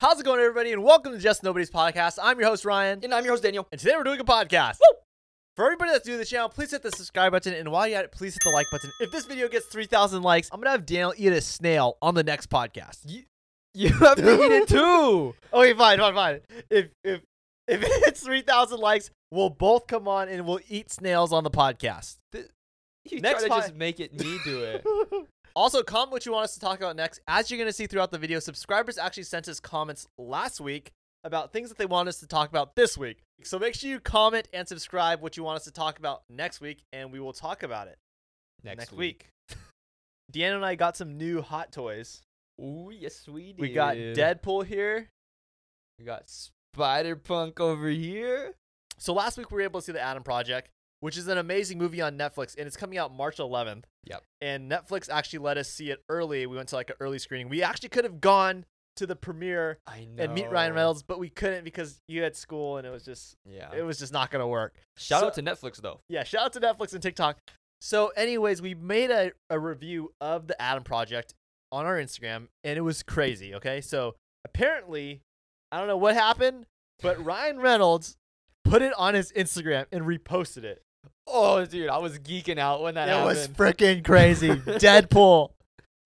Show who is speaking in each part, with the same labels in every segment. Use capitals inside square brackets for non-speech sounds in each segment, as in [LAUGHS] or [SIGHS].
Speaker 1: How's it going, everybody? And welcome to Just Nobody's Podcast. I'm your host, Ryan.
Speaker 2: And I'm your host, Daniel.
Speaker 1: And today we're doing a podcast. For everybody that's new to the channel, please hit the subscribe button. And while you're at it, please hit the like button. If this video gets 3,000 likes, I'm going to have Daniel eat a snail on the next podcast.
Speaker 2: You have to eat [LAUGHS] it too.
Speaker 1: Okay, fine, fine, fine. If, if, if [LAUGHS] it's 3,000 likes, we'll both come on and we'll eat snails on the podcast.
Speaker 2: You
Speaker 1: Next
Speaker 2: try to
Speaker 1: pod-
Speaker 2: just make it me do it. [LAUGHS]
Speaker 1: Also, comment what you want us to talk about next. As you're going to see throughout the video, subscribers actually sent us comments last week about things that they want us to talk about this week. So make sure you comment and subscribe what you want us to talk about next week, and we will talk about it next week. Deanna and I got some new hot toys.
Speaker 2: Ooh, yes, we did.
Speaker 1: We got Deadpool here.
Speaker 2: We got Spider Punk over here.
Speaker 1: So last week we were able to see The Adam Project, which is an amazing movie on Netflix, and it's coming out March 11th.
Speaker 2: Yep.
Speaker 1: And Netflix actually let us see it early. We went to like an early screening. We actually could have gone to the premiere
Speaker 2: I know.
Speaker 1: and meet Ryan Reynolds, but we couldn't because you had school and it was just
Speaker 2: Yeah.
Speaker 1: it was just not gonna work.
Speaker 2: Shout
Speaker 1: So-
Speaker 2: out to Netflix though.
Speaker 1: Yeah, shout out to Netflix and TikTok. So, anyways, we made a, a review of the Adam Project on our Instagram and it was crazy, okay? So apparently, I don't know what happened, [LAUGHS] but Ryan Reynolds put it on his Instagram and reposted it.
Speaker 2: Oh, dude, I was geeking out when that
Speaker 1: it was
Speaker 2: [LAUGHS] happened.
Speaker 1: freaking [LAUGHS] crazy. [LAUGHS] Deadpool.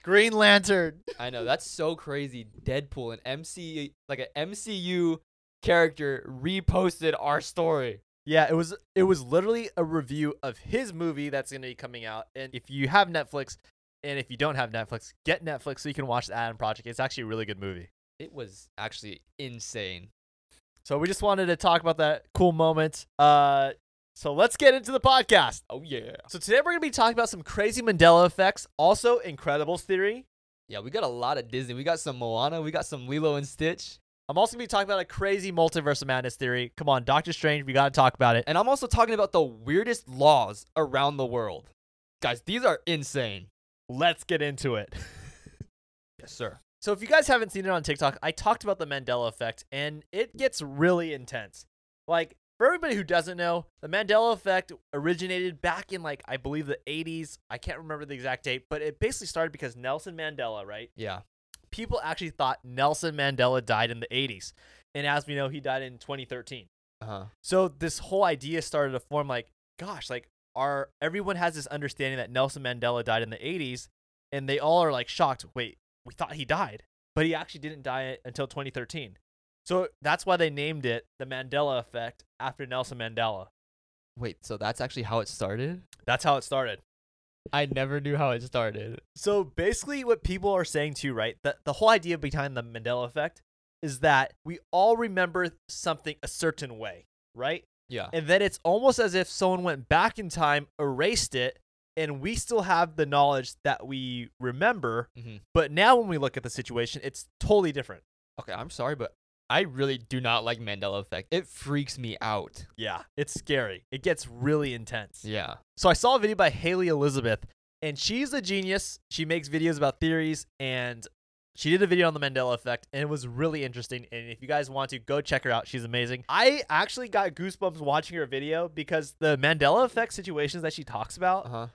Speaker 1: Green Lantern.
Speaker 2: I know that's so crazy. Deadpool, an MC like an MCU character, reposted our story.
Speaker 1: Yeah, it was it was literally a review of his movie that's going to be coming out. And if you have Netflix, and if you don't have Netflix, get Netflix so you can watch the Adam Project. It's actually a really good movie.
Speaker 2: It was actually insane.
Speaker 1: So we just wanted to talk about that cool moment. Uh, so let's get into the podcast.
Speaker 2: Oh yeah.
Speaker 1: So today we're going to be talking about some crazy Mandela effects, also Incredibles theory.
Speaker 2: Yeah, we got a lot of Disney. We got some Moana. We got some Lilo and Stitch.
Speaker 1: I'm also going to be talking about a crazy multiverse of madness theory. Come on, Doctor Strange, we got to talk about it.
Speaker 2: And I'm also talking about the weirdest laws around the world. Guys, these are insane.
Speaker 1: Let's get into it. [LAUGHS]
Speaker 2: Yes, sir.
Speaker 1: So if you guys haven't seen it on TikTok, I talked about the Mandela effect and it gets really intense. Like for everybody who doesn't know, the Mandela effect originated back in like I believe the 80s. I can't remember the exact date, but it basically started because Nelson Mandela, right?
Speaker 2: Yeah.
Speaker 1: People actually thought Nelson Mandela died in the 80s. And as we know, he died in 2013.
Speaker 2: Uh-huh.
Speaker 1: So this whole idea started to form like, gosh, like our everyone has this understanding that Nelson Mandela died in the 80s and they all are like shocked, wait, we thought he died, but he actually didn't die until 2013. So that's why they named it the Mandela effect after Nelson Mandela.
Speaker 2: Wait, so that's actually how it started?
Speaker 1: That's how it started.
Speaker 2: I never knew how it started.
Speaker 1: So basically, what people are saying too, right? The the whole idea behind the Mandela effect is that we all remember something a certain way, right?
Speaker 2: Yeah.
Speaker 1: And then it's almost as if someone went back in time, erased it, and we still have the knowledge that we remember.
Speaker 2: Mhm.
Speaker 1: But now when we look at the situation, it's totally different.
Speaker 2: Okay, I'm sorry, but I really do not like Mandela effect. It freaks me out.
Speaker 1: Yeah. It's scary. It gets really intense.
Speaker 2: Yeah.
Speaker 1: So I saw a video by Haley Elizabeth, and she's a genius. She makes videos about theories, and she did a video on the Mandela effect, and it was really interesting. And if you guys want to, go check her out. She's amazing. I actually got goosebumps watching her video because the Mandela effect situations that she talks about
Speaker 2: Uh-huh.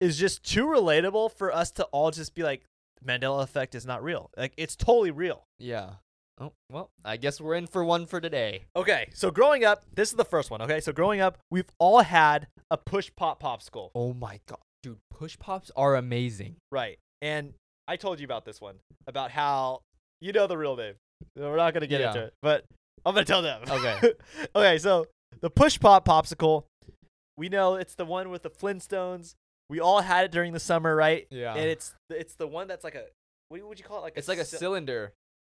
Speaker 1: is just too relatable for us to all just be like, Mandela effect is not real. Like, it's totally real.
Speaker 2: Yeah. Oh, well, I guess we're in for one for today.
Speaker 1: Okay, so growing up, this is the first one. Okay, so growing up, we've all had a push pop popsicle.
Speaker 2: Oh my god. Dude, push pops are amazing.
Speaker 1: Right. And I told you about this one about how you know the real name. So We're not gonna get
Speaker 2: Yeah.
Speaker 1: into it, but I'm gonna tell them.
Speaker 2: Okay.
Speaker 1: [LAUGHS] okay. So the push pop popsicle, we know it's the one with the Flintstones. We all had it during the summer, right?
Speaker 2: Yeah.
Speaker 1: And it's it's the one that's like a what would you call it? Like
Speaker 2: it's like a
Speaker 1: sil-
Speaker 2: cylinder.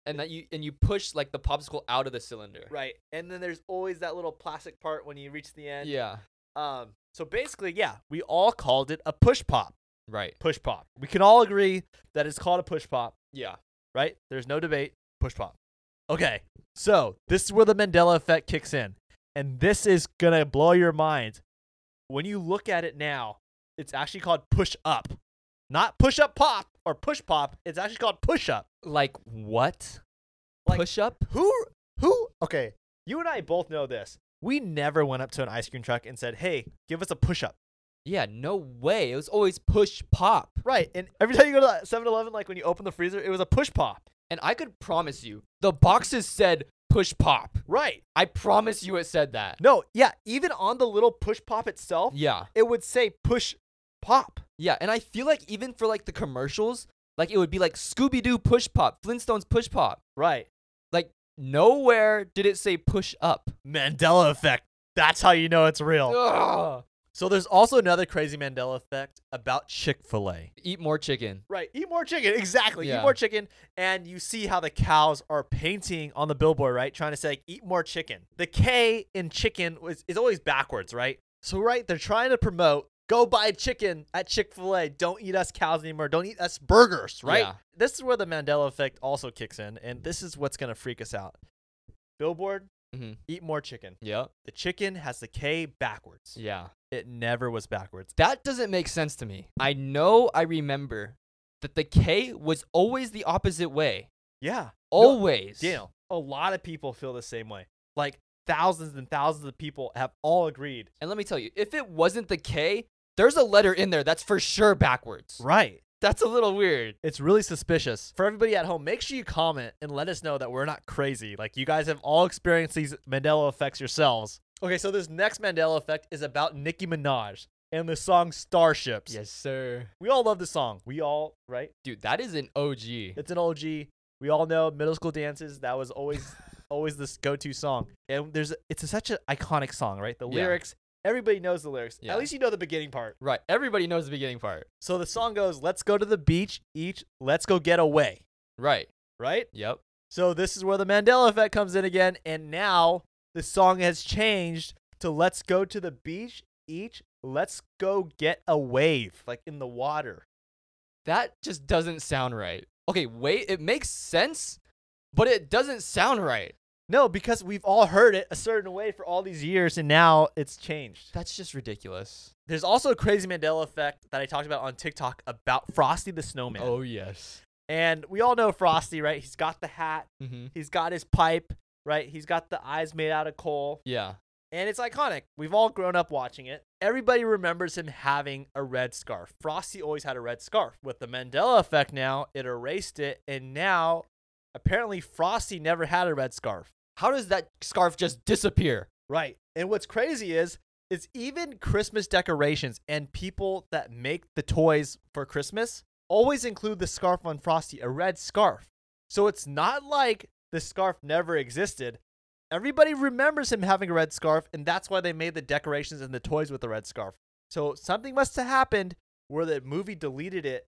Speaker 2: And that you and you push like the popsicle out of the cylinder.
Speaker 1: right. And then there's always that little plastic part when you reach the end.
Speaker 2: Yeah.
Speaker 1: Um. So basically, yeah, we all called it a push pop.
Speaker 2: Right.
Speaker 1: Push pop. We can all agree that it's called a push pop.
Speaker 2: Yeah.
Speaker 1: right? There's no debate. Push pop. Okay, so this is where the Mandela effect kicks in. And this is going to blow your mind. When you look at it now, it's actually called push up. Not push up pop or push pop. It's actually called push up.
Speaker 2: Like what?
Speaker 1: Like-
Speaker 2: push up?
Speaker 1: Who, who, okay, you and I both know this. We never went up to an ice cream truck and said, hey, give us a push up.
Speaker 2: Yeah, no way. It was always push pop.
Speaker 1: Right. And every time you go to 7 Eleven, like when you open the freezer, it was a push pop.
Speaker 2: and I could promise you the boxes said push pop.
Speaker 1: Right.
Speaker 2: I promise you it said that.
Speaker 1: No, yeah, even on the little push pop itself,
Speaker 2: Yeah.
Speaker 1: it would say push pop.
Speaker 2: Yeah, and I feel like even for like the commercials, like it would be like Scooby Doo push pop, Flintstones push pop.
Speaker 1: Right.
Speaker 2: Like nowhere did it say push up.
Speaker 1: Mandela effect. That's how you know it's real.
Speaker 2: Ugh.
Speaker 1: So there's also another crazy Mandela effect about Chick-fil-A.
Speaker 2: Eat more chicken.
Speaker 1: Right. Eat more chicken. Exactly. Eat
Speaker 2: Yeah.
Speaker 1: more chicken. And you see how the cows are painting on the billboard, right? Trying to say, like, eat more chicken. The K in chicken was, is always backwards, right? So, right, they're trying to promote go buy chicken at Chick fil A. Don't eat us cows anymore. Don't eat us burgers, right?
Speaker 2: Yeah.
Speaker 1: This is where the Mandela effect also kicks in. And this is what's going to freak us out. Billboard,
Speaker 2: Mhm.
Speaker 1: eat more chicken.
Speaker 2: Yep.
Speaker 1: The chicken has the K backwards.
Speaker 2: Yeah.
Speaker 1: It never was backwards.
Speaker 2: That doesn't make sense to me. I know I remember that the K was always the opposite way.
Speaker 1: Yeah. No,
Speaker 2: Always.
Speaker 1: Daniel, a lot of people feel the same way. Like thousands and thousands of people have all agreed.
Speaker 2: And let me tell you, if it wasn't the K, there's a letter in there that's for sure backwards.
Speaker 1: Right.
Speaker 2: That's a little weird.
Speaker 1: It's really suspicious. For everybody at home, make sure you comment and let us know that we're not crazy. Like you guys have all experienced these Mandela effects yourselves. Okay, so this next Mandela effect is about Nicki Minaj and the song Starships.
Speaker 2: Yes, sir.
Speaker 1: We all love the song. We all, right?
Speaker 2: Dude, that is an OG.
Speaker 1: It's an OG. We all know middle school dances. That was
Speaker 2: [LAUGHS]
Speaker 1: always always this go-to song. And there's it's such an iconic song, right? The
Speaker 2: Yeah.
Speaker 1: lyrics, everybody knows the lyrics.
Speaker 2: Yeah.
Speaker 1: At least you know the beginning part.
Speaker 2: Right. Everybody knows the beginning part.
Speaker 1: So the song goes, "Let's go to the beach, each let's go get away."
Speaker 2: Right.
Speaker 1: Right?
Speaker 2: Yep.
Speaker 1: So this is where the Mandela effect comes in again, and now the song has changed to "Let's go to the beach, each let's go get a wave," like in the water.
Speaker 2: That just doesn't sound right. Okay, wait, it makes sense, but it doesn't sound right.
Speaker 1: No, because we've all heard it a certain way for all these years, and now it's changed.
Speaker 2: That's just ridiculous.
Speaker 1: There's also a crazy Mandela effect that I talked about on TikTok about Frosty the Snowman.
Speaker 2: Oh, yes.
Speaker 1: And we all know Frosty, right? He's got the hat,
Speaker 2: Mm-hmm.
Speaker 1: he's got his pipe, right? He's got the eyes made out of coal.
Speaker 2: Yeah.
Speaker 1: And it's iconic. We've all grown up watching it. Everybody remembers him having a red scarf. Frosty always had a red scarf. With the Mandela effect now, it erased it. And now, apparently, Frosty never had a red scarf.
Speaker 2: How does that scarf just disappear?
Speaker 1: Right. And what's crazy is is even Christmas decorations and people that make the toys for Christmas always include the scarf on Frosty, a red scarf. So it's not like the scarf never existed. Everybody remembers him having a red scarf, and that's why they made the decorations and the toys with the red scarf. So something must have happened where the movie deleted it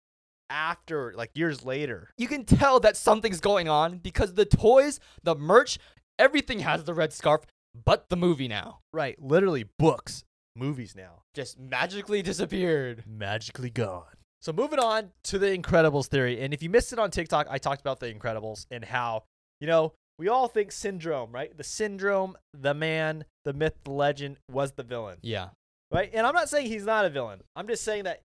Speaker 1: after, like years later.
Speaker 2: You can tell that something's going on because the toys, the merch, everything has the red scarf, but the movie now
Speaker 1: Right. Literally, books, movies now.
Speaker 2: just magically [LAUGHS] disappeared.
Speaker 1: magically gone. So moving on to the Incredibles theory, and if you missed it on TikTok, I talked about the Incredibles and how you know we all think Syndrome, right? The Syndrome, the man, the myth, the legend was the villain,
Speaker 2: Yeah.
Speaker 1: right? And I'm not saying he's not a villain. I'm just saying that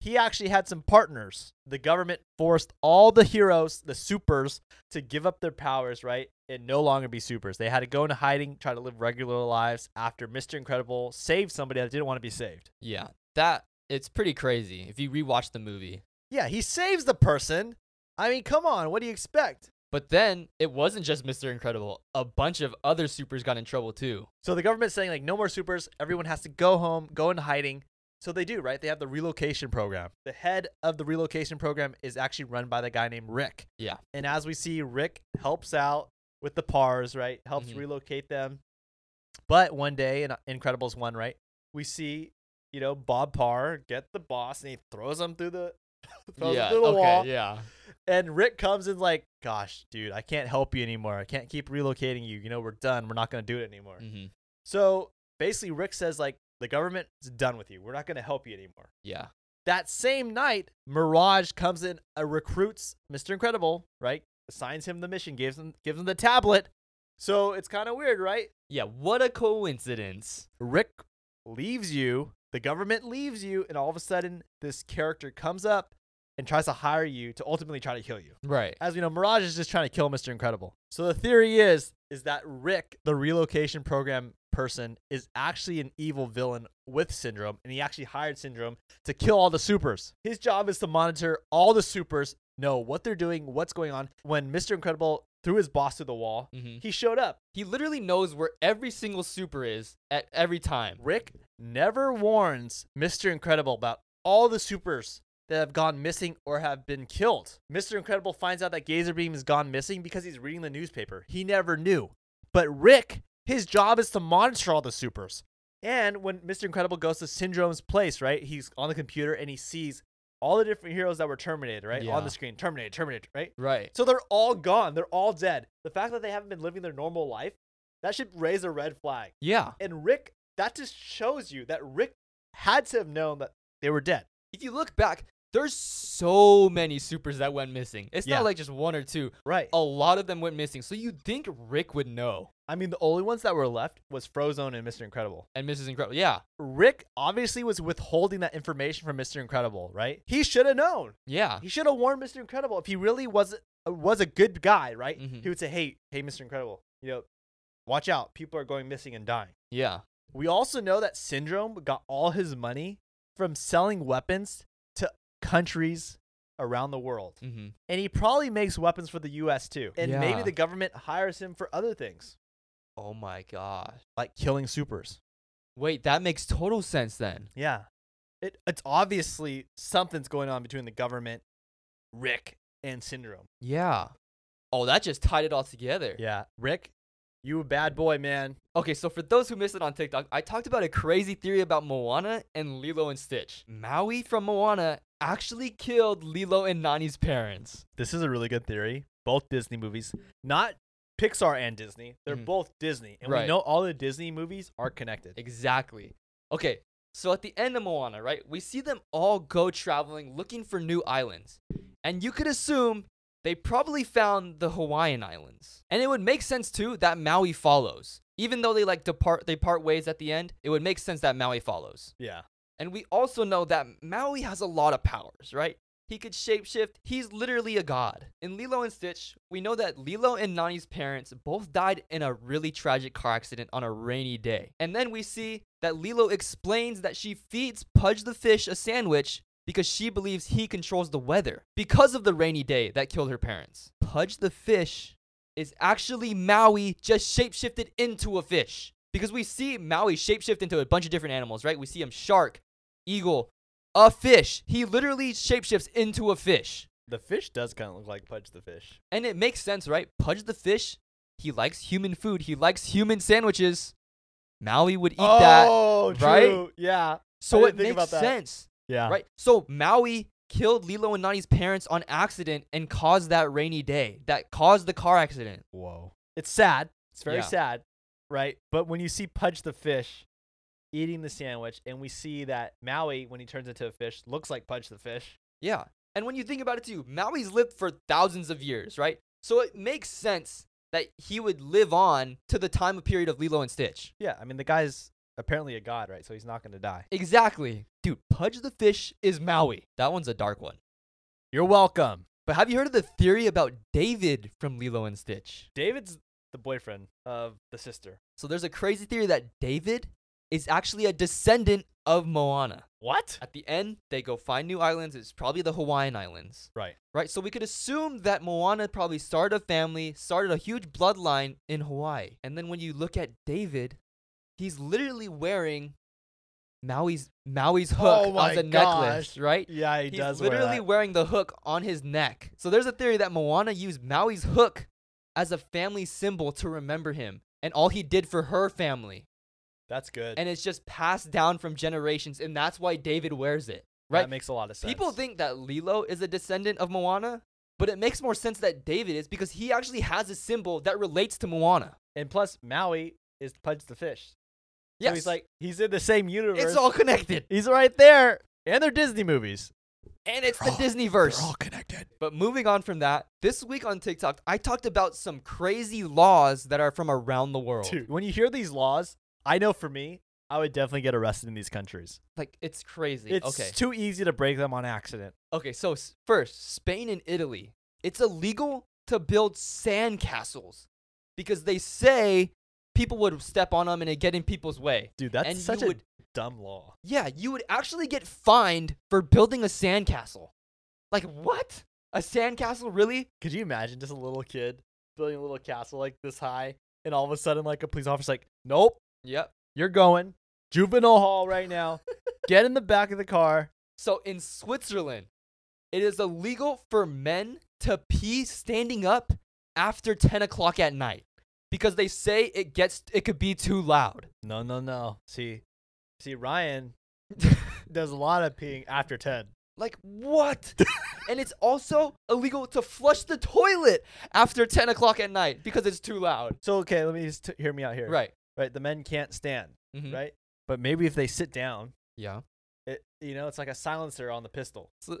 Speaker 1: he actually had some partners. The government forced all the heroes, the supers, to give up their powers, right? And no longer be supers. They had to go into hiding, try to live regular lives after Mr. Incredible saved somebody that didn't want to be saved.
Speaker 2: Yeah. That, it's pretty crazy if you rewatch the movie.
Speaker 1: Yeah, he saves the person. I mean, come on, what do you expect?
Speaker 2: But then it wasn't just Mr. Incredible. A bunch of other supers got in trouble too.
Speaker 1: So the government's saying like no more supers, everyone has to go home, go into hiding. So they do, right? They have the relocation program. The head of the relocation program is actually run by the guy named Rick.
Speaker 2: Yeah.
Speaker 1: And as we see, Rick helps out with the pars, right? Helps
Speaker 2: Mhm.
Speaker 1: relocate them. But one day in uh, Incredibles 1, right? We see, you know, Bob Parr get the boss and he throws him through the [LAUGHS] throws him
Speaker 2: yeah.
Speaker 1: through the
Speaker 2: okay,
Speaker 1: wall.
Speaker 2: Yeah.
Speaker 1: And Rick comes and's like, "Gosh, dude, I can't help you anymore. I can't keep relocating you. You know, we're done. We're not gonna do it anymore."
Speaker 2: hmm
Speaker 1: So basically, Rick says like, "The government's done with you. We're not gonna help you anymore."
Speaker 2: Yeah.
Speaker 1: That same night, Mirage comes in, uh, recruits Mister Incredible, right? Assigns him the mission, gives him gives him the tablet. So it's kind of weird, right?
Speaker 2: Yeah. What a coincidence.
Speaker 1: Rick leaves you, the government leaves you, and all of a sudden, this character comes up and tries to hire you to ultimately try to kill you.
Speaker 2: Right.
Speaker 1: as we know, Mirage is just trying to kill Mr. Incredible. So the theory is is that Rick, the relocation program person, is actually an evil villain with Syndrome, and he actually hired Syndrome to kill all the supers. His job is to monitor all the supers know what they're doing, what's going on. When Mr. Incredible threw his boss through the wall,
Speaker 2: Mhm.
Speaker 1: he showed up.
Speaker 2: He literally knows where every single super is at every time.
Speaker 1: Rick never warns Mr. Incredible about all the supers that have gone missing or have been killed. Mr. Incredible finds out that Gazer Beam has gone missing because he's reading the newspaper. He never knew. But Rick, his job is to monitor all the supers. And when Mr. Incredible goes to Syndrome's place, right? He's on the computer and he sees all the different heroes that were terminated, right? On
Speaker 2: Yeah.
Speaker 1: the screen. Terminated, terminated, right?
Speaker 2: Right.
Speaker 1: So they're all gone. They're all dead. The fact that they haven't been living their normal life, that should raise a red flag.
Speaker 2: Yeah.
Speaker 1: And Rick, that just shows you that Rick had to have known that they were dead.
Speaker 2: If you look back, there's so many supers that went missing. It's
Speaker 1: Yeah.
Speaker 2: not like just one or two.
Speaker 1: Right.
Speaker 2: A lot of them went missing. So you'd think Rick would know.
Speaker 1: I mean, the only ones that were left was Frozone and Mr. Incredible.
Speaker 2: And Mrs. Incredible. Yeah.
Speaker 1: Rick obviously was withholding that information from Mr. Incredible, right? He should have known.
Speaker 2: Yeah.
Speaker 1: He should have warned Mr. Incredible if he really was uh, was a good guy, right?
Speaker 2: Mhm.
Speaker 1: He would say, "Hey, hey, Mr. Incredible, you know, watch out. People are going missing and dying."
Speaker 2: Yeah.
Speaker 1: We also know that Syndrome got all his money from selling weapons to countries around the world.
Speaker 2: hmm
Speaker 1: And he probably makes weapons for the US too. And maybe
Speaker 2: Yeah.
Speaker 1: the government hires him for other things,
Speaker 2: Oh my gosh.
Speaker 1: like killing supers.
Speaker 2: Wait, that makes total sense then.
Speaker 1: Yeah. It, it's obviously something's going on between the government, Rick, and Syndrome.
Speaker 2: Yeah. Oh, that just tied it all together.
Speaker 1: Yeah. Rick, you a bad boy, man.
Speaker 2: Okay, so for those who missed it on TikTok, I talked about a crazy theory about Moana and Lilo and Stitch. Maui from Moana actually killed Lilo and Nani's parents.
Speaker 1: This is a really good theory. Both Disney movies, not Pixar and Disney. They're
Speaker 2: Mhm.
Speaker 1: both Disney. And we
Speaker 2: Right.
Speaker 1: know all the Disney movies are connected.
Speaker 2: Exactly. Okay, so at the end of Moana, right, we see them all go traveling looking for new islands. And you could assume they probably found the Hawaiian islands. And it would make sense too that Maui follows. Even though they like depart they part ways at the end, it would make sense that Maui follows.
Speaker 1: Yeah.
Speaker 2: And we also know that Maui has a lot of powers, right? He could shapeshift. He's literally a god. In Lilo and Stitch, we know that Lilo and Nani's parents both died in a really tragic car accident on a rainy day. And then we see that Lilo explains that she feeds Pudge the fish a sandwich because she believes he controls the weather because of the rainy day that killed her parents. Pudge the fish is actually Maui just shapeshifted into a fish. Because we see Maui shapeshift into a bunch of different animals, right? We see him shark, eagle, a fish. He literally shapeshifts into a fish.
Speaker 1: The fish does kind of look like Pudge the Fish.
Speaker 2: And it makes sense, right? Pudge the fish, he likes human food, he likes human sandwiches. Maui would eat that.
Speaker 1: oh,
Speaker 2: right?
Speaker 1: true. Yeah.
Speaker 2: So it
Speaker 1: didn't think about
Speaker 2: makes
Speaker 1: that.
Speaker 2: sense.
Speaker 1: Yeah.
Speaker 2: Right. So Maui killed Lilo and Nani's parents on accident and caused that rainy day that caused the car accident.
Speaker 1: Whoa. It's sad. It's very
Speaker 2: Yeah.
Speaker 1: sad, right? But when you see Pudge the fish eating the sandwich, and we see that Maui, when he turns into a fish, looks like Pudge the fish.
Speaker 2: Yeah. And when you think about it too, Maui's lived for thousands of years, right? So it makes sense that he would live on to the time period of Lilo and Stitch.
Speaker 1: Yeah. I mean, the guy's apparently a god, right? So he's not going to die.
Speaker 2: Exactly. Dude, Pudge the Fish is Maui. That one's a dark one.
Speaker 1: You're welcome.
Speaker 2: But have you heard of the theory about David from Lilo and Stitch?
Speaker 1: David's the boyfriend of the sister.
Speaker 2: So there's a crazy theory that David is actually a descendant of Moana.
Speaker 1: What?
Speaker 2: At the end, they go find new islands. It's probably the Hawaiian Islands,
Speaker 1: Right.
Speaker 2: right? So we could assume that Moana probably started a family, started a huge bloodline in Hawaii. And then when you look at David, he's literally wearing Maui's Maui's hook
Speaker 1: Oh my
Speaker 2: as a necklace,
Speaker 1: gosh.
Speaker 2: right?
Speaker 1: Yeah, he
Speaker 2: he's
Speaker 1: does wear
Speaker 2: literally
Speaker 1: that.
Speaker 2: wearing the hook on his neck. So there's a theory that Moana used Maui's hook as a family symbol to remember him and all he did for her family
Speaker 1: That's good.
Speaker 2: and it's just passed down from generations, and that's why David wears it.
Speaker 1: That
Speaker 2: Right?
Speaker 1: makes a lot of sense.
Speaker 2: People think that Lilo is a descendant of Moana, but it makes more sense that David is because he actually has a symbol that relates to Moana.
Speaker 1: and plus, Maui is Pudge the fish.
Speaker 2: Yes,
Speaker 1: So he's like, he's in the same universe.
Speaker 2: it's all connected,
Speaker 1: He's right there. And they're Disney movies.
Speaker 2: and it's
Speaker 1: They're
Speaker 2: the
Speaker 1: all-
Speaker 2: Disney verse.
Speaker 1: connected.
Speaker 2: But moving on from that, this week on TikTok, I talked about some crazy laws that are from around the world.
Speaker 1: Dude, when you hear these laws, I know for me, I would definitely get arrested in these countries.
Speaker 2: Like it's crazy.
Speaker 1: It's
Speaker 2: okay.
Speaker 1: too easy to break them on accident.
Speaker 2: Okay, so s- first, Spain and Italy. It's illegal to build sand castles because they say people would step on them and it get in people's way.
Speaker 1: Dude, that's
Speaker 2: and
Speaker 1: such
Speaker 2: you
Speaker 1: a
Speaker 2: would,
Speaker 1: dumb law.
Speaker 2: yeah, you would actually get fined for building a sand castle. Like what? A sandcastle, really?
Speaker 1: Could you imagine just a little kid building a little castle like this high, and all of a sudden, like a police officer's like, "Nope,
Speaker 2: Yep.
Speaker 1: you're going juvenile hall right
Speaker 2: [LAUGHS]
Speaker 1: now. Get in the back of the car."
Speaker 2: So in Switzerland, it is illegal for men to pee standing up after 10 o'clock at night because they say it gets it could be too loud.
Speaker 1: No, no, no. See, see,
Speaker 2: [LAUGHS]
Speaker 1: Ryan does a lot of peeing after ten.
Speaker 2: Like
Speaker 1: [LAUGHS]
Speaker 2: what? and it's also illegal to flush the toilet after 10 o'clock at night because it's too loud.
Speaker 1: So okay, let me just t- hear me out here.
Speaker 2: Right.
Speaker 1: right. The men can't stand,
Speaker 2: Mhm.
Speaker 1: right? But maybe if they sit down,
Speaker 2: Yeah.
Speaker 1: it you know, it's like a silencer on the pistol.
Speaker 2: So- [LAUGHS]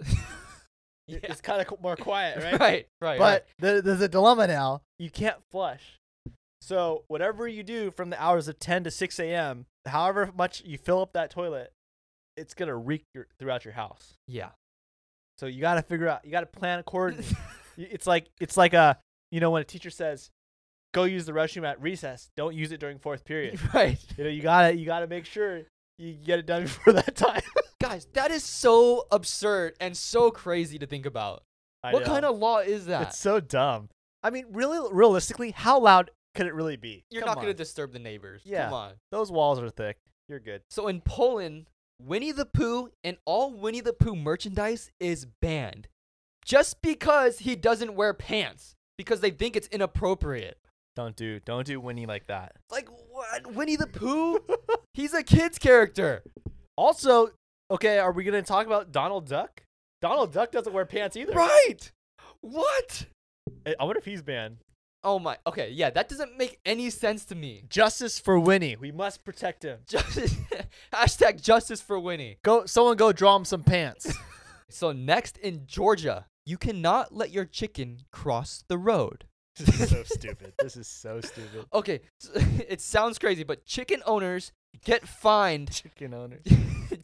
Speaker 1: It-
Speaker 2: Yeah.
Speaker 1: It's kind of more quiet, right?
Speaker 2: Right. Right. Right.
Speaker 1: [LAUGHS] But there- there's a dilemma now. You can't flush. So whatever you do from the hours of 10 to 6 a.m., however much you fill up that toilet, it's gonna reek your, throughout your house.
Speaker 2: yeah.
Speaker 1: So you gotta figure out. You gotta plan [LAUGHS]
Speaker 2: [LAUGHS]
Speaker 1: accordingly. Y- it's like it's like a you know when a teacher says, "Go use the restroom at recess. Don't use it during fourth [LAUGHS] period."
Speaker 2: right.
Speaker 1: You know you gotta you gotta make sure you get it done [LAUGHS] before that time.
Speaker 2: Guys, that is so absurd and so crazy to think about.
Speaker 1: I
Speaker 2: what
Speaker 1: know.
Speaker 2: kind of law is that?
Speaker 1: It's so dumb. I mean, really, realistically, how loud could it really be?
Speaker 2: You're
Speaker 1: Come
Speaker 2: not going to
Speaker 1: on.
Speaker 2: disturb the neighbors.
Speaker 1: Yeah.
Speaker 2: Come on.
Speaker 1: Those walls are thick. You're good.
Speaker 2: So in Poland, Winnie the Pooh and all Winnie the Pooh merchandise is banned just because he doesn't wear pants because they think it's inappropriate.
Speaker 1: Don't do don't do Winnie like that.
Speaker 2: Like what? Winnie the Pooh? He's a kid's character.
Speaker 1: Also, okay, are we gonna talk about Donald Duck? Donald Duck doesn't wear pants either.
Speaker 2: Right. What?
Speaker 1: I- I wonder if he's banned.
Speaker 2: Oh my. Okay, yeah, that doesn't make any sense to me.
Speaker 1: Justice for Winnie. We must protect him.
Speaker 2: Justice, [LAUGHS] hashtag justice for Winnie.
Speaker 1: Go someone go draw him some
Speaker 2: [LAUGHS]
Speaker 1: pants.
Speaker 2: So next in Georgia, you cannot let your chicken cross the road.
Speaker 1: this is so stupid. This is so
Speaker 2: [LAUGHS]
Speaker 1: stupid.
Speaker 2: Okay, s- it sounds crazy, but chicken owners get fined. [LAUGHS]
Speaker 1: Chicken owner.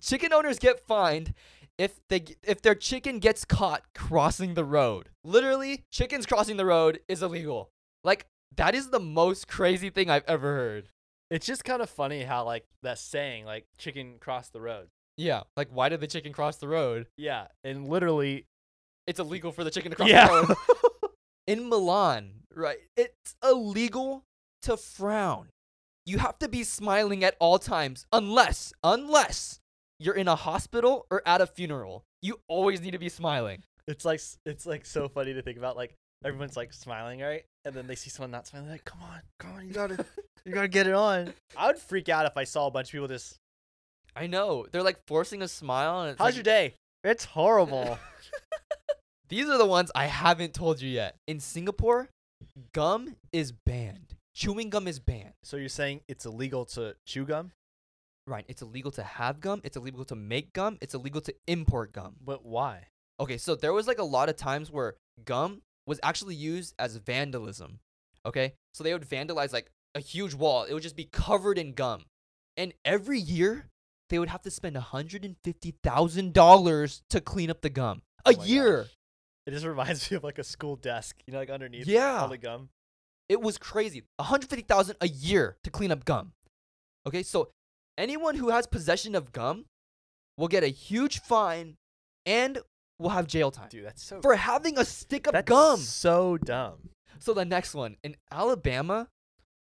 Speaker 2: chicken owners get fined if they g- if their chicken gets caught crossing the road. Literally, chickens crossing the road is illegal. Like that is the most crazy thing I've ever heard.
Speaker 1: It's just kind of funny how like that saying, like chicken cross the road.
Speaker 2: Yeah, like why did the chicken cross the road?
Speaker 1: Yeah. And literally
Speaker 2: It's illegal for the chicken to cross
Speaker 1: Yeah.
Speaker 2: the
Speaker 1: [LAUGHS]
Speaker 2: road. in Milan, right? It's illegal to frown. You have to be smiling at all times unless unless you're in a hospital or at a funeral. You always need to be smiling.
Speaker 1: it's like s- it's like so funny to think about like everyone's like smiling, right? And then they see someone not smiling, they're like, come on, come on, you gotta you gotta get it on. [LAUGHS] I would freak out if I saw a bunch of people just
Speaker 2: I know. They're like forcing a smile and it's
Speaker 1: How's
Speaker 2: like-
Speaker 1: your day? It's [LAUGHS] horrible.
Speaker 2: These are the ones I haven't told you yet. In Singapore, gum is banned. Chewing gum is banned.
Speaker 1: so you're saying it's illegal to chew gum?
Speaker 2: Right. It's illegal to have gum. It's illegal to make gum. It's illegal to import gum.
Speaker 1: But why?
Speaker 2: Okay, so there was like a lot of times where gum was actually used as vandalism. Okay? So they would vandalize like a huge wall. It would just be covered in gum. And every year they would have to spend $150,000 to clean up the gum. A
Speaker 1: Oh my
Speaker 2: year.
Speaker 1: gosh. It just reminds [LAUGHS] me of like a school desk, you know, like underneath
Speaker 2: Yeah.
Speaker 1: all the gum.
Speaker 2: It was crazy. 150,000 a year to clean up gum. Okay? So anyone who has possession of gum will get a huge fine and will have jail time
Speaker 1: Dude, that's so
Speaker 2: for having a stick of
Speaker 1: that's
Speaker 2: gum.
Speaker 1: So dumb.
Speaker 2: So the next one in Alabama,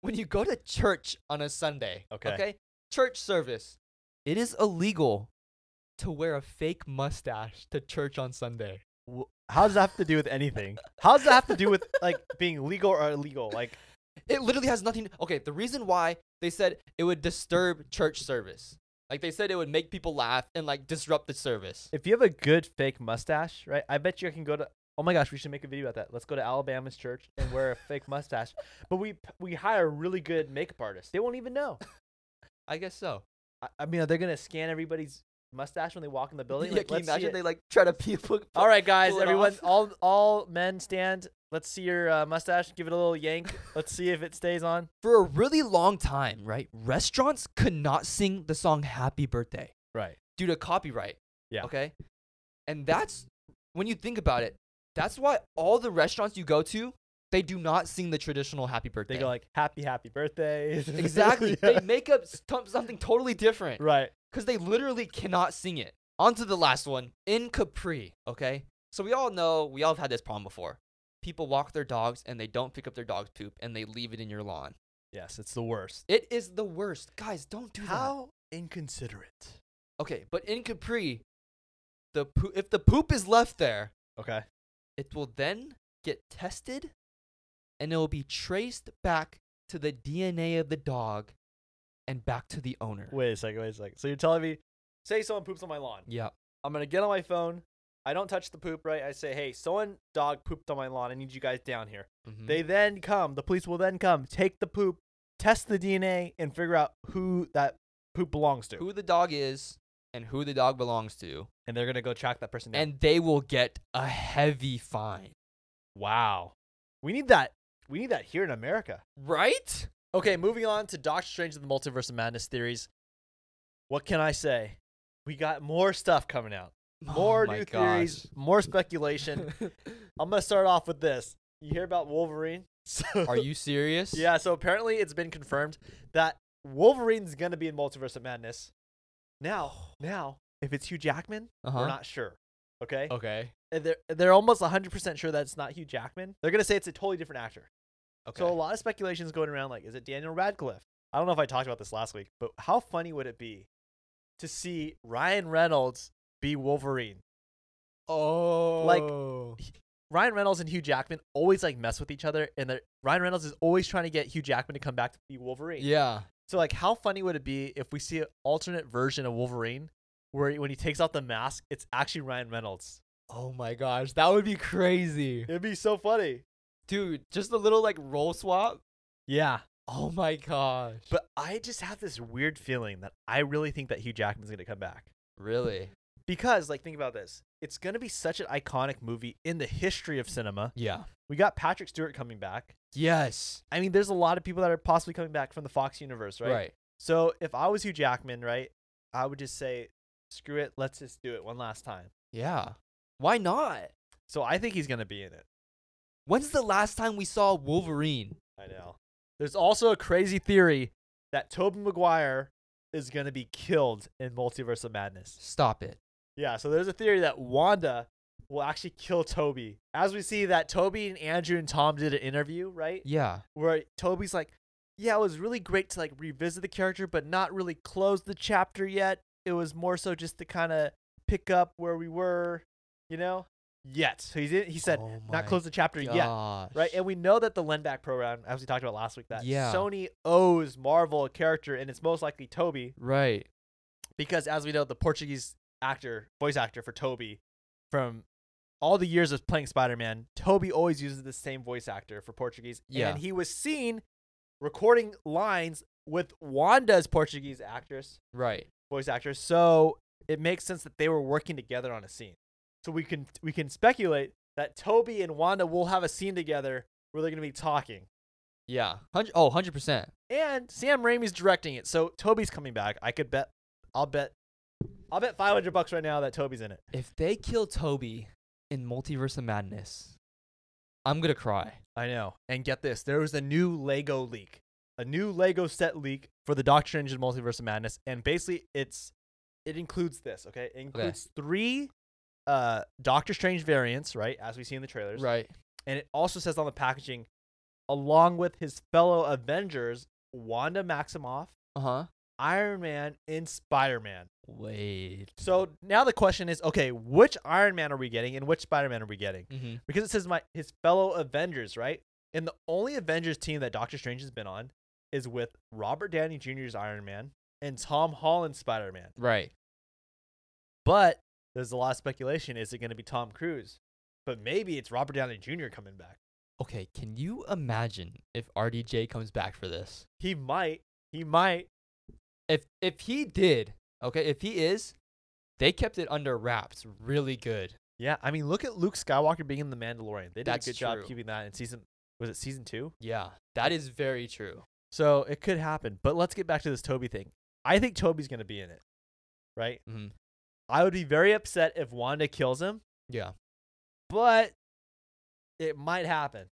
Speaker 2: when you go to church on a Sunday,
Speaker 1: Okay.
Speaker 2: church service, it is illegal to wear a fake mustache to church on Sunday.
Speaker 1: Wh- How does that have to do with anything? How does that have to do with like being legal or illegal? Like,
Speaker 2: It literally has nothing. Okay, the reason why they said it would disturb church service, like they said it would make people laugh and like disrupt the service.
Speaker 1: if you have a good fake mustache, right? I bet you I can go to. Oh my gosh, we should make a video about that. Let's go to Alabama's church and wear a fake mustache. But we we hire really good makeup artists. They won't even know.
Speaker 2: I guess so.
Speaker 1: I, I mean, are they gonna scan everybody's mustache when they walk in the building?
Speaker 2: [LAUGHS] yeah,
Speaker 1: Like,
Speaker 2: can you
Speaker 1: let's see
Speaker 2: imagine
Speaker 1: it.
Speaker 2: they like try to [LAUGHS] people?
Speaker 1: All right, guys,
Speaker 2: pull it
Speaker 1: everyone,
Speaker 2: off.
Speaker 1: all all men stand. Let's see your uh, mustache. Give it a little yank. Let's see if it stays on.
Speaker 2: For a really long time, right? Restaurants could not sing the song "Happy Birthday."
Speaker 1: Right.
Speaker 2: due to copyright.
Speaker 1: Yeah.
Speaker 2: Okay. And that's when you think about it, that's why all the restaurants you go to, they do not sing the traditional happy birthday.
Speaker 1: They go like, [LAUGHS] "Happy, happy birthday." [LAUGHS]
Speaker 2: exactly.
Speaker 1: Yeah.
Speaker 2: They make up stum- something totally different
Speaker 1: right.
Speaker 2: because they literally cannot sing it. On to the last one in Capri. Okay. So we all know, we all have had this problem before. People walk their dogs and they don't pick up their dog's poop and they leave it in your lawn.
Speaker 1: Yes, it's the worst.
Speaker 2: It is the worst. Guys, don't do that.
Speaker 1: How inconsiderate.
Speaker 2: Okay, but in Capri, the poo- if the poop is left there,
Speaker 1: Okay.
Speaker 2: it will then get tested and it will be traced back to the DNA of the dog and back to the owner.
Speaker 1: Wait a second. Wait a second. So you're telling me, say someone poops on my lawn.
Speaker 2: Yeah.
Speaker 1: I'm gonna get on my phone. I don't touch the poop, right? I say, hey, someone dog pooped on my lawn. I need you guys down here.
Speaker 2: mhm.
Speaker 1: They then come. The police will then come, take the poop, test the DNA, and figure out who that poop belongs to.
Speaker 2: who the dog is and who the dog belongs to,
Speaker 1: And they're gonna go track that person down.
Speaker 2: and they will get a heavy fine.
Speaker 1: wow, we need that. We need that here in America.
Speaker 2: Right?
Speaker 1: Okay, moving on to Doctor Strange and the Multiverse of Madness theories. What can I say? We got more stuff coming out.
Speaker 2: Oh
Speaker 1: More new theories, more speculation. I'm gonna start off with this. You hear about Wolverine? [LAUGHS] So
Speaker 2: [LAUGHS] Are you serious?
Speaker 1: Yeah, so apparently it's been confirmed that Wolverine's gonna be in Multiverse of Madness.
Speaker 2: [SIGHS]
Speaker 1: Now, now, if it's Hugh Jackman,
Speaker 2: Uh-huh. Oh.
Speaker 1: we're not sure. Okay,
Speaker 2: okay.
Speaker 1: And they're they're almost 100 percent sure that it's not Hugh Jackman. They're gonna say it's a totally different actor.
Speaker 2: Okay.
Speaker 1: So a lot of speculation is going around. Like, is it Daniel Radcliffe? I don't know if I talked about this last week, but how funny would it be to see Ryan Reynolds be Wolverine?
Speaker 2: oh.
Speaker 1: Ryan Reynolds and Hugh Jackman always like mess with each other, and they're- Ryan Reynolds is always trying to get Hugh Jackman to come back to be Wolverine.
Speaker 2: Yeah.
Speaker 1: So like, how funny would it be if we see an alternate version of Wolverine, where when he takes off the mask, it's actually Ryan Reynolds?
Speaker 2: Oh my gosh, that would be crazy.
Speaker 1: It'd be so funny.
Speaker 2: Dude, just a little like role swap.
Speaker 1: Yeah,
Speaker 2: Oh my gosh.
Speaker 1: but I just have this weird feeling that I really think that Hugh Jackman's gonna come back
Speaker 2: really?
Speaker 1: because, like, think about this. It's gonna be such an iconic movie in the history of cinema.
Speaker 2: Yeah.
Speaker 1: We got Patrick Stewart coming back.
Speaker 2: Yes.
Speaker 1: I mean, there's a lot of people that are possibly coming back from the Fox universe, right? So if I was Hugh Jackman, right, I would just say, screw it, let's just do it one last time.
Speaker 2: Yeah. Why not?
Speaker 1: So I think he's gonna be in it.
Speaker 2: When's the last time we saw Wolverine?
Speaker 1: I know. There's also a crazy theory that Tobey Maguire is gonna be killed in Multiverse of Madness.
Speaker 2: Stop it.
Speaker 1: Yeah, so there's a theory that Wanda will actually kill Toby. As we see that Toby and Andrew and Tom did an interview, right?
Speaker 2: Yeah.
Speaker 1: Where Toby's like, Yeah, it was really great to like revisit the character, but not really close the chapter yet. It was more so just to kinda pick up where we were, you know? Yet. So he's in, he said
Speaker 2: Oh
Speaker 1: not
Speaker 2: my
Speaker 1: close the chapter yet.
Speaker 2: Gosh.
Speaker 1: Right, and we know that the lend back program, as we talked about last week, that
Speaker 2: Yeah.
Speaker 1: Sony owes Marvel a character, and it's most likely Toby,
Speaker 2: Right.
Speaker 1: because as we know, the Portuguese actor, voice actor for Toby, from all the years of playing Spider Man, Toby always uses the same voice actor for Portuguese,
Speaker 2: Yeah.
Speaker 1: and he was seen recording lines with Wanda's Portuguese actress,
Speaker 2: Right.
Speaker 1: voice actress, so it makes sense that they were working together on a scene. So we can we can speculate that Toby and Wanda will have a scene together where they're going to be talking.
Speaker 2: Yeah. 100 oh, 100%.
Speaker 1: And Sam Raimi's directing it. So Toby's coming back. I could bet I'll bet I'll bet 500 bucks right now that Toby's in it.
Speaker 2: If they kill Toby in Multiverse of Madness, I'm going to cry.
Speaker 1: I know. And get this, there was a new Lego leak. A new Lego set leak for the Doctor Strange and Multiverse of Madness and basically it's it includes this, okay? It includes 3 uh Doctor Strange variants, right? As we see in the trailers.
Speaker 2: Right.
Speaker 1: And it also says on the packaging, along with his fellow Avengers, Wanda Maximoff,
Speaker 2: Uh huh.
Speaker 1: Iron Man, and Spider Man.
Speaker 2: Wait.
Speaker 1: So now the question is okay, which Iron Man are we getting and which Spider Man are we getting?
Speaker 2: Mm-hmm.
Speaker 1: Because it says my his fellow Avengers, right? And the only Avengers team that Doctor Strange has been on is with Robert Downey Jr.'s Iron Man and Tom Holland's Spider Man.
Speaker 2: Right.
Speaker 1: But there's a lot of speculation is it going to be Tom Cruise? But maybe it's Robert Downey Jr. coming back.
Speaker 2: Okay. Can you imagine if RDJ comes back for this?
Speaker 1: He might. He might.
Speaker 2: If if he did, okay, if he is, they kept it under wraps really good.
Speaker 1: Yeah, I mean, look at Luke Skywalker being in The Mandalorian. They did
Speaker 2: That's
Speaker 1: a good
Speaker 2: true.
Speaker 1: job keeping that in season. Was it season two?
Speaker 2: Yeah. That is very true.
Speaker 1: So it could happen. But let's get back to this Toby thing. I think Toby's going to be in it, right?
Speaker 2: Mm-hmm.
Speaker 1: I would be very upset if Wanda kills him,
Speaker 2: Yeah.
Speaker 1: but it might happen.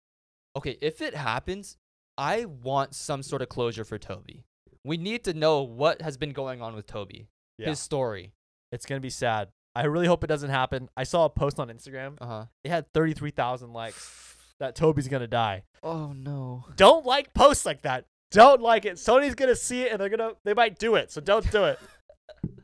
Speaker 2: Okay, if it happens, I want some sort of closure for Toby. We need to know what has been going on with Toby,
Speaker 1: Yeah.
Speaker 2: his story.
Speaker 1: It's going to be sad. I really hope it doesn't happen. I saw a post on Instagram.
Speaker 2: Uh huh.
Speaker 1: It had 33,000 likes that Toby's going to die.
Speaker 2: Oh no.
Speaker 1: Don't like posts like that. Don't like it. Sony's going to see it and they're going to they might do it. So don't do it.
Speaker 2: [LAUGHS]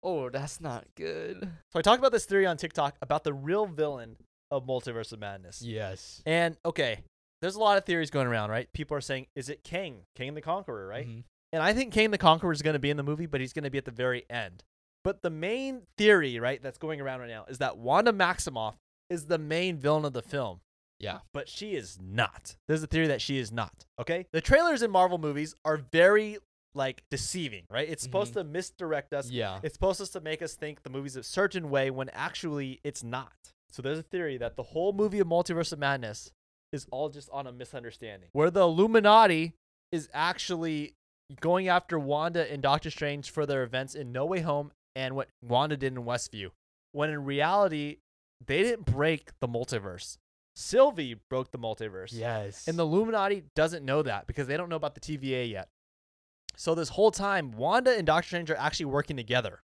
Speaker 2: Oh, that's not good.
Speaker 1: So I talked about this theory on TikTok about the real villain of Multiverse of Madness.
Speaker 2: Yes.
Speaker 1: And okay, there's a lot of theories going around, right? People are saying, is it King? King the Conqueror, right?
Speaker 2: Mm-hmm.
Speaker 1: And I think King the Conqueror is going to be in the movie, but he's going to be at the very end. But the main theory, right, that's going around right now is that Wanda Maximoff is the main villain of the film.
Speaker 2: Yeah.
Speaker 1: But she is not. There's a theory that she is not. Okay. The trailers in Marvel movies are very, like, deceiving, right? It's supposed
Speaker 2: Mhm.
Speaker 1: to misdirect us.
Speaker 2: Yeah.
Speaker 1: It's supposed to make us think the movie's a certain way when actually it's not. So there's a theory that the whole movie of Multiverse of Madness is all just on a misunderstanding, where the Illuminati is actually going after Wanda and Doctor Strange for their events in No Way Home and what Wanda did in Westview, when in reality, they didn't break the multiverse. Sylvie broke the multiverse.
Speaker 2: Yes.
Speaker 1: And the Illuminati doesn't know that because they don't know about the TVA yet. So this whole time, Wanda and Doctor Strange are actually working together.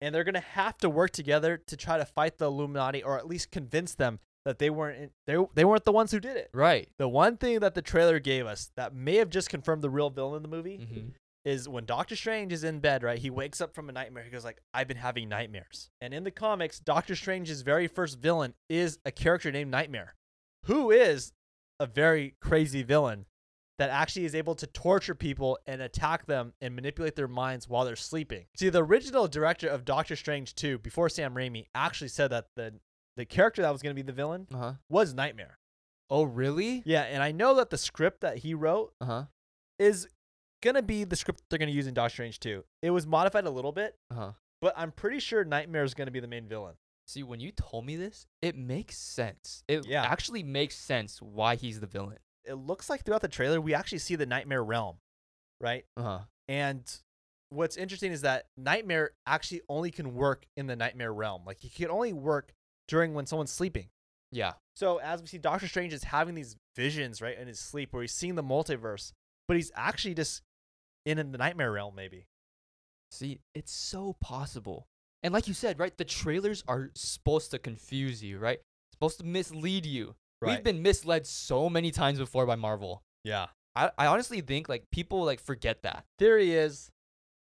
Speaker 1: And they're going to have to work together to try to fight the Illuminati or at least convince them that they weren't in, they, they weren't the ones who did it. [LAUGHS]
Speaker 2: right.
Speaker 1: The one thing that the trailer gave us that may have just confirmed the real villain in the movie
Speaker 2: Mhm.
Speaker 1: is when Doctor Strange is in bed, right? He wakes up from a nightmare. He goes like, "I've been having nightmares." And in the comics, Doctor Strange's very first villain is a character named Nightmare, who is a very crazy villain that actually is able to torture people and attack them and manipulate their minds while they're sleeping. See, the original director of Doctor Strange 2 before Sam Raimi actually said that the the character that was going to be the villain
Speaker 2: Uh huh.
Speaker 1: was Nightmare.
Speaker 2: Oh really?
Speaker 1: Yeah, and I know that the script that he wrote
Speaker 2: Uh huh.
Speaker 1: is gonna be the script they're gonna use in Doctor Strange 2. It was modified a little bit,
Speaker 2: Uh huh.
Speaker 1: but I'm pretty sure Nightmare is gonna be the main villain.
Speaker 2: See, when you told me this, it makes sense. It
Speaker 1: Yeah.
Speaker 2: actually makes sense why he's the villain.
Speaker 1: It looks like throughout the trailer we actually see the Nightmare realm, right?
Speaker 2: Uh huh.
Speaker 1: And what's interesting is that Nightmare actually only can work in the Nightmare realm. Like he can only work during when someone's sleeping.
Speaker 2: Yeah.
Speaker 1: So as we see, Doctor Strange is having these visions, right, in his sleep where he's seeing the multiverse, but he's actually just in, in the Nightmare realm, maybe.
Speaker 2: See, it's so possible. And like you said, right, the trailers are supposed to confuse you, right? Supposed to mislead you. We've been misled so many times before by Marvel.
Speaker 1: yeah.
Speaker 2: I, I honestly think like people like forget that.
Speaker 1: theory is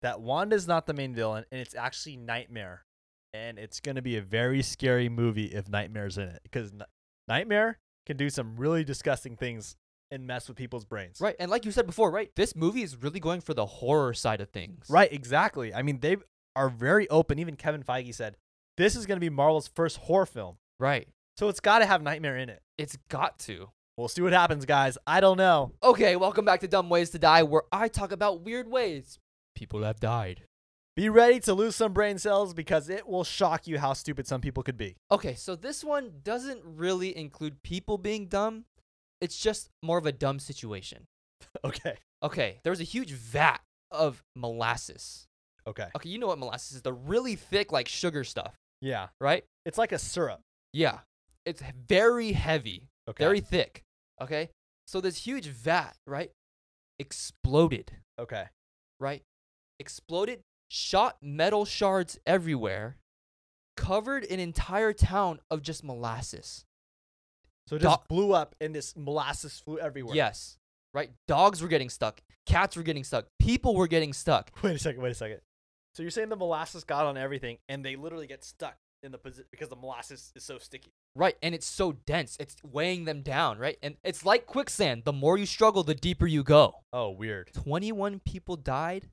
Speaker 1: that Wanda's not the main villain, and it's actually Nightmare. And it's going to be a very scary movie if Nightmare's in it, because N- Nightmare can do some really disgusting things and mess with people's brains.
Speaker 2: Right. And like you said before, right, this movie is really going for the horror side of things.
Speaker 1: Right, exactly. I mean, they are very open. Even Kevin Feige said, this is going to be Marvel's first horror film.
Speaker 2: Right.
Speaker 1: So it's got to have Nightmare in it.
Speaker 2: It's got to.
Speaker 1: We'll see what happens, guys. I don't know.
Speaker 2: Okay, welcome back to Dumb Ways to Die, where I talk about weird ways people have died.
Speaker 1: Be ready to lose some brain cells because it will shock you how stupid some people could be. [LAUGHS]
Speaker 2: Okay, so this one doesn't really include people being dumb. It's just more of a dumb situation.
Speaker 1: Okay.
Speaker 2: Okay, there was a huge vat of molasses.
Speaker 1: Okay.
Speaker 2: Okay, you know what molasses is the really thick, like sugar stuff,
Speaker 1: Yeah.
Speaker 2: right?
Speaker 1: It's like a syrup.
Speaker 2: Yeah. It's very heavy,
Speaker 1: Okay.
Speaker 2: very thick. Okay, so this huge vat, right, exploded,
Speaker 1: okay.
Speaker 2: right? Exploded, shot metal shards everywhere, covered an entire town of just molasses.
Speaker 1: So it
Speaker 2: Do-
Speaker 1: just blew up and this molasses flew everywhere.
Speaker 2: Yes. Right? Dogs were getting stuck. Cats were getting stuck. People were getting stuck.
Speaker 1: [LAUGHS] Wait a second. Wait a second. So you're saying the molasses got on everything and they literally get stuck in the position because the molasses is so sticky.
Speaker 2: Right. And it's so dense. It's weighing them down, right? And it's like quicksand. The more you struggle, the deeper you go.
Speaker 1: Oh, weird.
Speaker 2: 21 people died.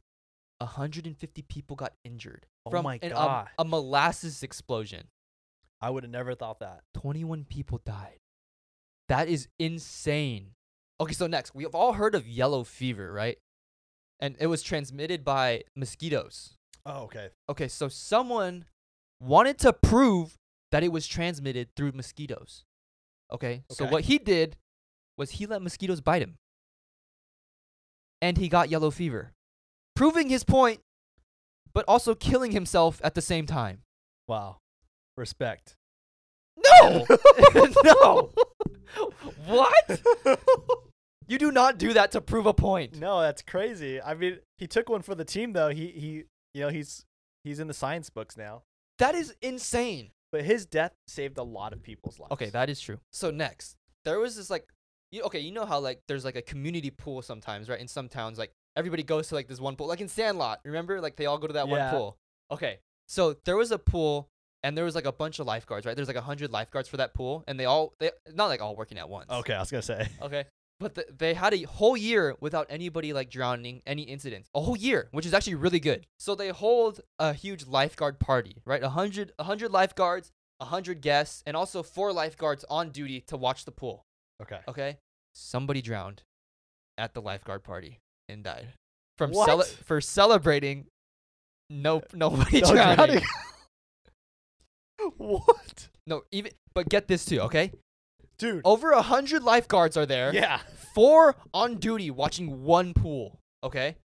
Speaker 2: 150 people got injured
Speaker 1: Oh
Speaker 2: from
Speaker 1: my
Speaker 2: an- a-
Speaker 1: God.
Speaker 2: a molasses explosion.
Speaker 1: I would have never thought that.
Speaker 2: 21 people died. That is insane. Okay, so next, we have all heard of yellow fever, right? And it was transmitted by mosquitoes.
Speaker 1: Oh, okay.
Speaker 2: Okay, so someone wanted to prove that it was transmitted through mosquitoes. Okay, so
Speaker 1: Okay.
Speaker 2: what he did was he let mosquitoes bite him. And he got yellow fever, proving his point, but also killing himself at the same time.
Speaker 1: Wow. Respect. [LAUGHS]
Speaker 2: No! no! What? [LAUGHS] You do not do that to prove a point.
Speaker 1: No, that's crazy. I mean, he took one for the team though. He he, you know, he's he's in the science books now.
Speaker 2: That is insane.
Speaker 1: But his death saved a lot of people's lives.
Speaker 2: Okay, that is true. So next, there was this like, you, okay, you know how like there's like a community pool sometimes, right? In some towns, like everybody goes to like this one pool, like in Sandlot. Remember, like they all go to that
Speaker 1: Yeah.
Speaker 2: one pool. Okay, so there was a pool, and there was like a bunch of lifeguards, right? There's like a hundred lifeguards for that pool, and they all they not like all working at once.
Speaker 1: Okay, I was gonna say.
Speaker 2: Okay. But th they had a whole year without anybody like drowning, any incidents. A whole year, which is actually really good. So they hold a huge lifeguard party, right? A hundred, a hundred lifeguards, a hundred guests, and also four lifeguards on duty to watch the pool.
Speaker 1: Okay.
Speaker 2: Okay, somebody drowned at the lifeguard party and died from
Speaker 1: What?
Speaker 2: cele- for celebrating. No, nobody
Speaker 1: [LAUGHS] No
Speaker 2: drowning.
Speaker 1: drowning. what?
Speaker 2: No, even. But get this too, okay?
Speaker 1: Dude.
Speaker 2: Over a hundred lifeguards are there.
Speaker 1: Yeah.
Speaker 2: four on duty watching one pool. Okay,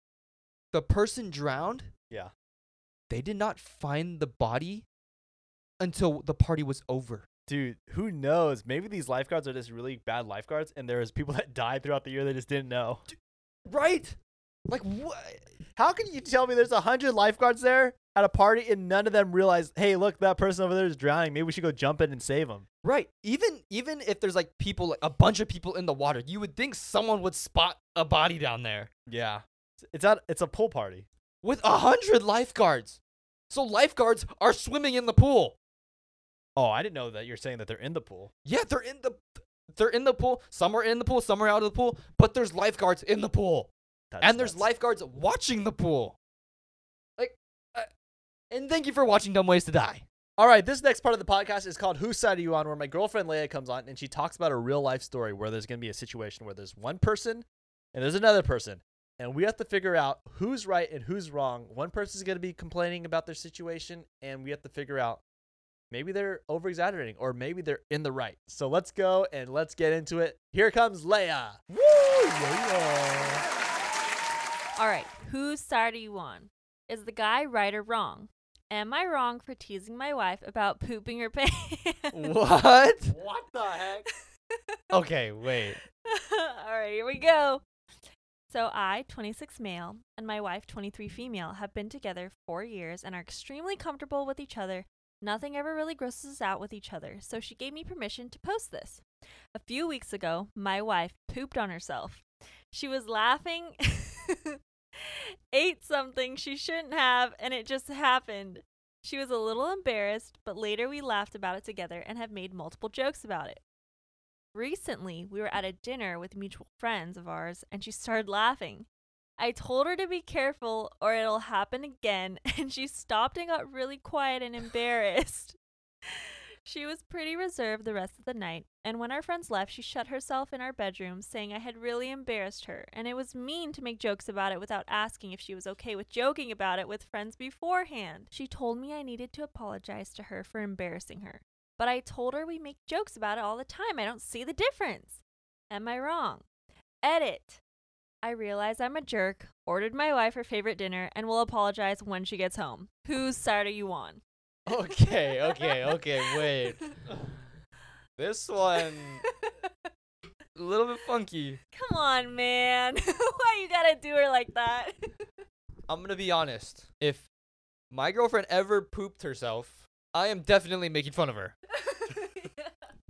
Speaker 2: the person drowned.
Speaker 1: Yeah.
Speaker 2: They did not find the body until the party was over.
Speaker 1: Dude, who knows? Maybe these lifeguards are just really bad lifeguards and there is people [LAUGHS] that died throughout the year they just didn't know.
Speaker 2: Right? Like what?
Speaker 1: How can you tell me there's a hundred lifeguards there at a party and none of them realize, hey, look, that person over there is drowning. Maybe we should go jump in and save him.
Speaker 2: Right. Even even if there's like people, like a bunch of people in the water, you would think someone would spot a body down there
Speaker 1: Yeah. It's at it's a pool party.
Speaker 2: with a hundred lifeguards. So lifeguards are swimming in the pool.
Speaker 1: Oh, I didn't know that you're saying that they're in the pool.
Speaker 2: Yeah, they're in the they're in the pool. Some are in the pool, some are out of the pool, but there's lifeguards in the pool.
Speaker 1: That's
Speaker 2: and there's
Speaker 1: nuts.
Speaker 2: lifeguards watching the pool. Like uh, and thank you for watching Dumb Ways to Die.
Speaker 1: All right, this next part of the podcast is called Whose Side Are You On? where my girlfriend Leia comes on and she talks about a real life story where there's going to be a situation where there's one person and there's another person. And we have to figure out who's right and who's wrong. One person's going to be complaining about their situation, and we have to figure out maybe they're over exaggerating or maybe they're in the right. So let's go and let's get into it. Here comes Leia. Woo! Leia.
Speaker 3: All right, whose side are you on? Is the guy right or wrong? Am I wrong for teasing my wife about pooping her [LAUGHS] pants?
Speaker 2: What?
Speaker 1: [LAUGHS] What the heck?
Speaker 2: okay, wait.
Speaker 3: [LAUGHS] All right, here we go. So, I, 26 male, and my wife, 23 female, have been together four years and are extremely comfortable with each other. Nothing ever really grosses us out with each other, so she gave me permission to post this. A few weeks ago, my wife pooped on herself. She was laughing, [LAUGHS] ate something she shouldn't have, and it just happened. She was a little embarrassed, but later we laughed about it together and have made multiple jokes about it. Recently, we were at a dinner with mutual friends of ours, and she started laughing. I told her to be careful or it'll happen again, [LAUGHS] and she stopped and got really quiet and embarrassed. [LAUGHS] she was pretty reserved the rest of the night, and when our friends left, she shut herself in our bedroom, saying I had really embarrassed her, and it was mean to make jokes about it without asking if she was okay with joking about it with friends beforehand. She told me I needed to apologize to her for embarrassing her. But I told her we make jokes about it all the time. I don't see the difference. Am I wrong? Edit. I realize I'm a jerk, ordered my wife her favorite dinner, and will apologize when she gets home. Whose side are you on? [LAUGHS]
Speaker 2: Okay, okay, okay, wait. This one
Speaker 1: [LAUGHS]
Speaker 2: a little bit funky.
Speaker 3: Come on, man. [LAUGHS] Why you gotta do her like that? [LAUGHS]
Speaker 2: I'm going to be honest. If my girlfriend ever pooped herself, I am definitely making fun of her.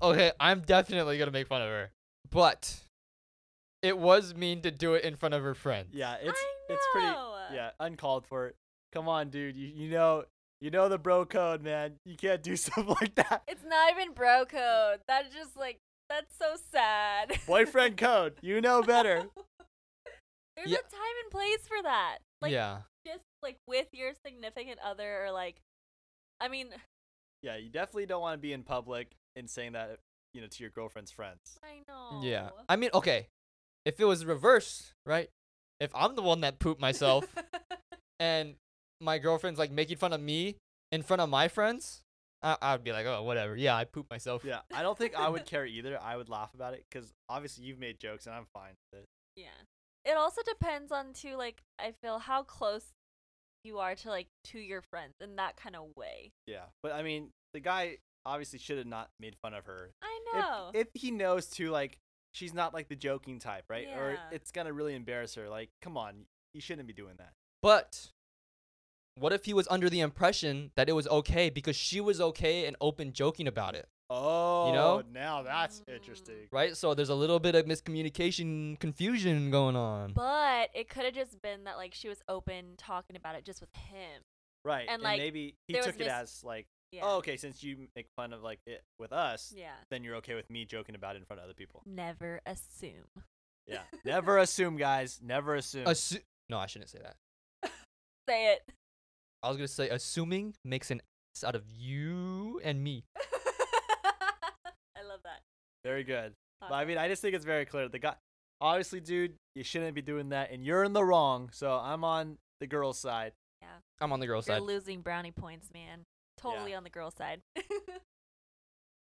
Speaker 2: Okay, I'm definitely gonna make fun of her. But it was mean to do it in front of her friend.
Speaker 1: Yeah, it's
Speaker 3: I
Speaker 1: it's pretty
Speaker 3: know.
Speaker 1: yeah, uncalled for. Come on, dude. You you know you know the bro code, man. You can't do [LAUGHS] stuff like that.
Speaker 3: It's not even bro code. That's just like, that's so sad. [LAUGHS]
Speaker 1: Boyfriend code. You know better.
Speaker 3: There's
Speaker 2: Yeah.
Speaker 3: a time and place for that. Like,
Speaker 2: yeah.
Speaker 3: just like with your significant other or like I mean,
Speaker 1: Yeah, you definitely don't want to be in public and saying that you know to your girlfriend's friends.
Speaker 3: I know.
Speaker 2: Yeah. I mean, okay. If it was reverse, right? If I'm the one that pooped myself and my girlfriend's like making fun of me in front of my friends, I- I'd be like, oh, whatever. Yeah, I pooped myself.
Speaker 1: Yeah, I don't think I
Speaker 3: [LAUGHS]
Speaker 1: would care either. I would laugh about it because obviously you've made jokes and I'm fine with it.
Speaker 3: [LAUGHS] yeah. It also depends on too like I feel how close you are to like to your friends in that kind of way.
Speaker 1: Yeah, but I mean the guy obviously should have not made fun of her.
Speaker 3: I
Speaker 1: If-
Speaker 3: know.
Speaker 1: If, he knows too, like she's not like the joking type, right? Or
Speaker 3: Yeah.
Speaker 1: it's gonna really embarrass her. Like, come on, you shouldn't be doing that.
Speaker 2: But What if he was under the impression that it was okay because she was okay and open joking about it,
Speaker 1: Oh,
Speaker 2: know?
Speaker 1: now that's interesting.
Speaker 2: right? So there's a little bit of miscommunication, confusion going on.
Speaker 3: But it could have just been that like she was open talking about it just with him.
Speaker 1: Right. And,
Speaker 3: And, like,
Speaker 1: maybe he
Speaker 3: there
Speaker 1: took
Speaker 3: was
Speaker 1: it
Speaker 3: mis-
Speaker 1: as like,
Speaker 3: Yeah.
Speaker 1: oh, okay, since you make fun of like it with us,
Speaker 3: Yeah.
Speaker 1: then you're okay with me joking about it in front of other
Speaker 3: [LAUGHS]
Speaker 1: people.
Speaker 3: Never assume.
Speaker 1: Yeah. Never assume, guys. Never assume.
Speaker 2: Assu- no, I shouldn't say that.
Speaker 3: Say it. [LAUGHS]
Speaker 2: I was gonna say assuming makes an ass out of you and me.
Speaker 3: I love that.
Speaker 1: very good. But I
Speaker 3: Podcast.
Speaker 1: mean, I just think it's very clear. The guy, obviously, dude, you shouldn't be doing that, and you're in the wrong. So I'm on the girl's side.
Speaker 2: I'm on the girl
Speaker 3: You're
Speaker 2: side.
Speaker 3: losing brownie points, man. Totally on the girl side. [LAUGHS]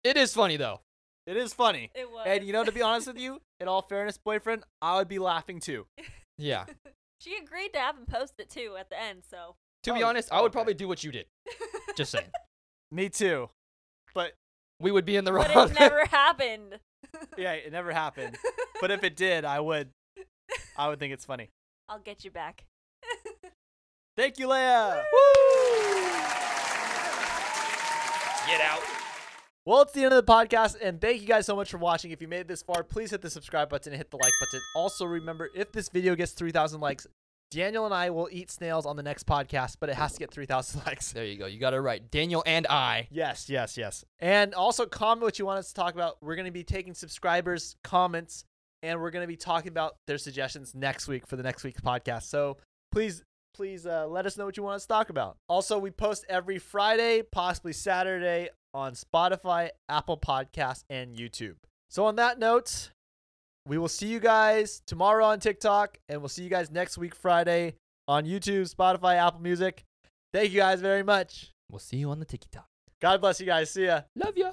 Speaker 2: It is funny though.
Speaker 1: It is funny.
Speaker 3: it was.
Speaker 1: And you know, to be honest with you, in all fairness, boyfriend, I would be laughing too.
Speaker 3: [LAUGHS]
Speaker 2: Yeah.
Speaker 3: [LAUGHS] she agreed to have him post it too at the end,
Speaker 1: [LAUGHS]
Speaker 3: so.
Speaker 2: To be
Speaker 1: Oh,
Speaker 2: honest, I would
Speaker 1: okay.
Speaker 2: probably do what you did. Just
Speaker 3: [LAUGHS]
Speaker 2: saying.
Speaker 1: Me too. But
Speaker 2: We would be in the wrong.
Speaker 3: but it never happened.
Speaker 1: yeah, it never happened. But if it did, I would, I would think it's funny.
Speaker 3: I'll get you back.
Speaker 1: Thank you, Leia.
Speaker 2: Get out.
Speaker 1: Well, it's the end of the podcast, and thank you guys so much for watching. If you made it this far, please hit the subscribe button and hit the like button. Also, remember if this video gets 3,000 likes, Daniel and I will eat snails on the next podcast, but it has to get 3,000 [LAUGHS] likes.
Speaker 2: There you go. You got it right. Daniel and I.
Speaker 1: Yes, yes, yes. And also comment what you want us to talk about. We're going to be taking subscribers' comments and we're going to be talking about their suggestions next week for the next week's podcast. So please, please uh, let us know what you want us to talk about. Also, we post every Friday, possibly Saturday on Spotify, Apple Podcasts, and YouTube. So on that note, we will see you guys tomorrow on TikTok and we'll see you guys next week, Friday, on YouTube, Spotify, Apple Music. Thank you guys very much.
Speaker 2: We'll see you on the TikTok.
Speaker 1: God bless you guys. See ya.
Speaker 2: Love ya.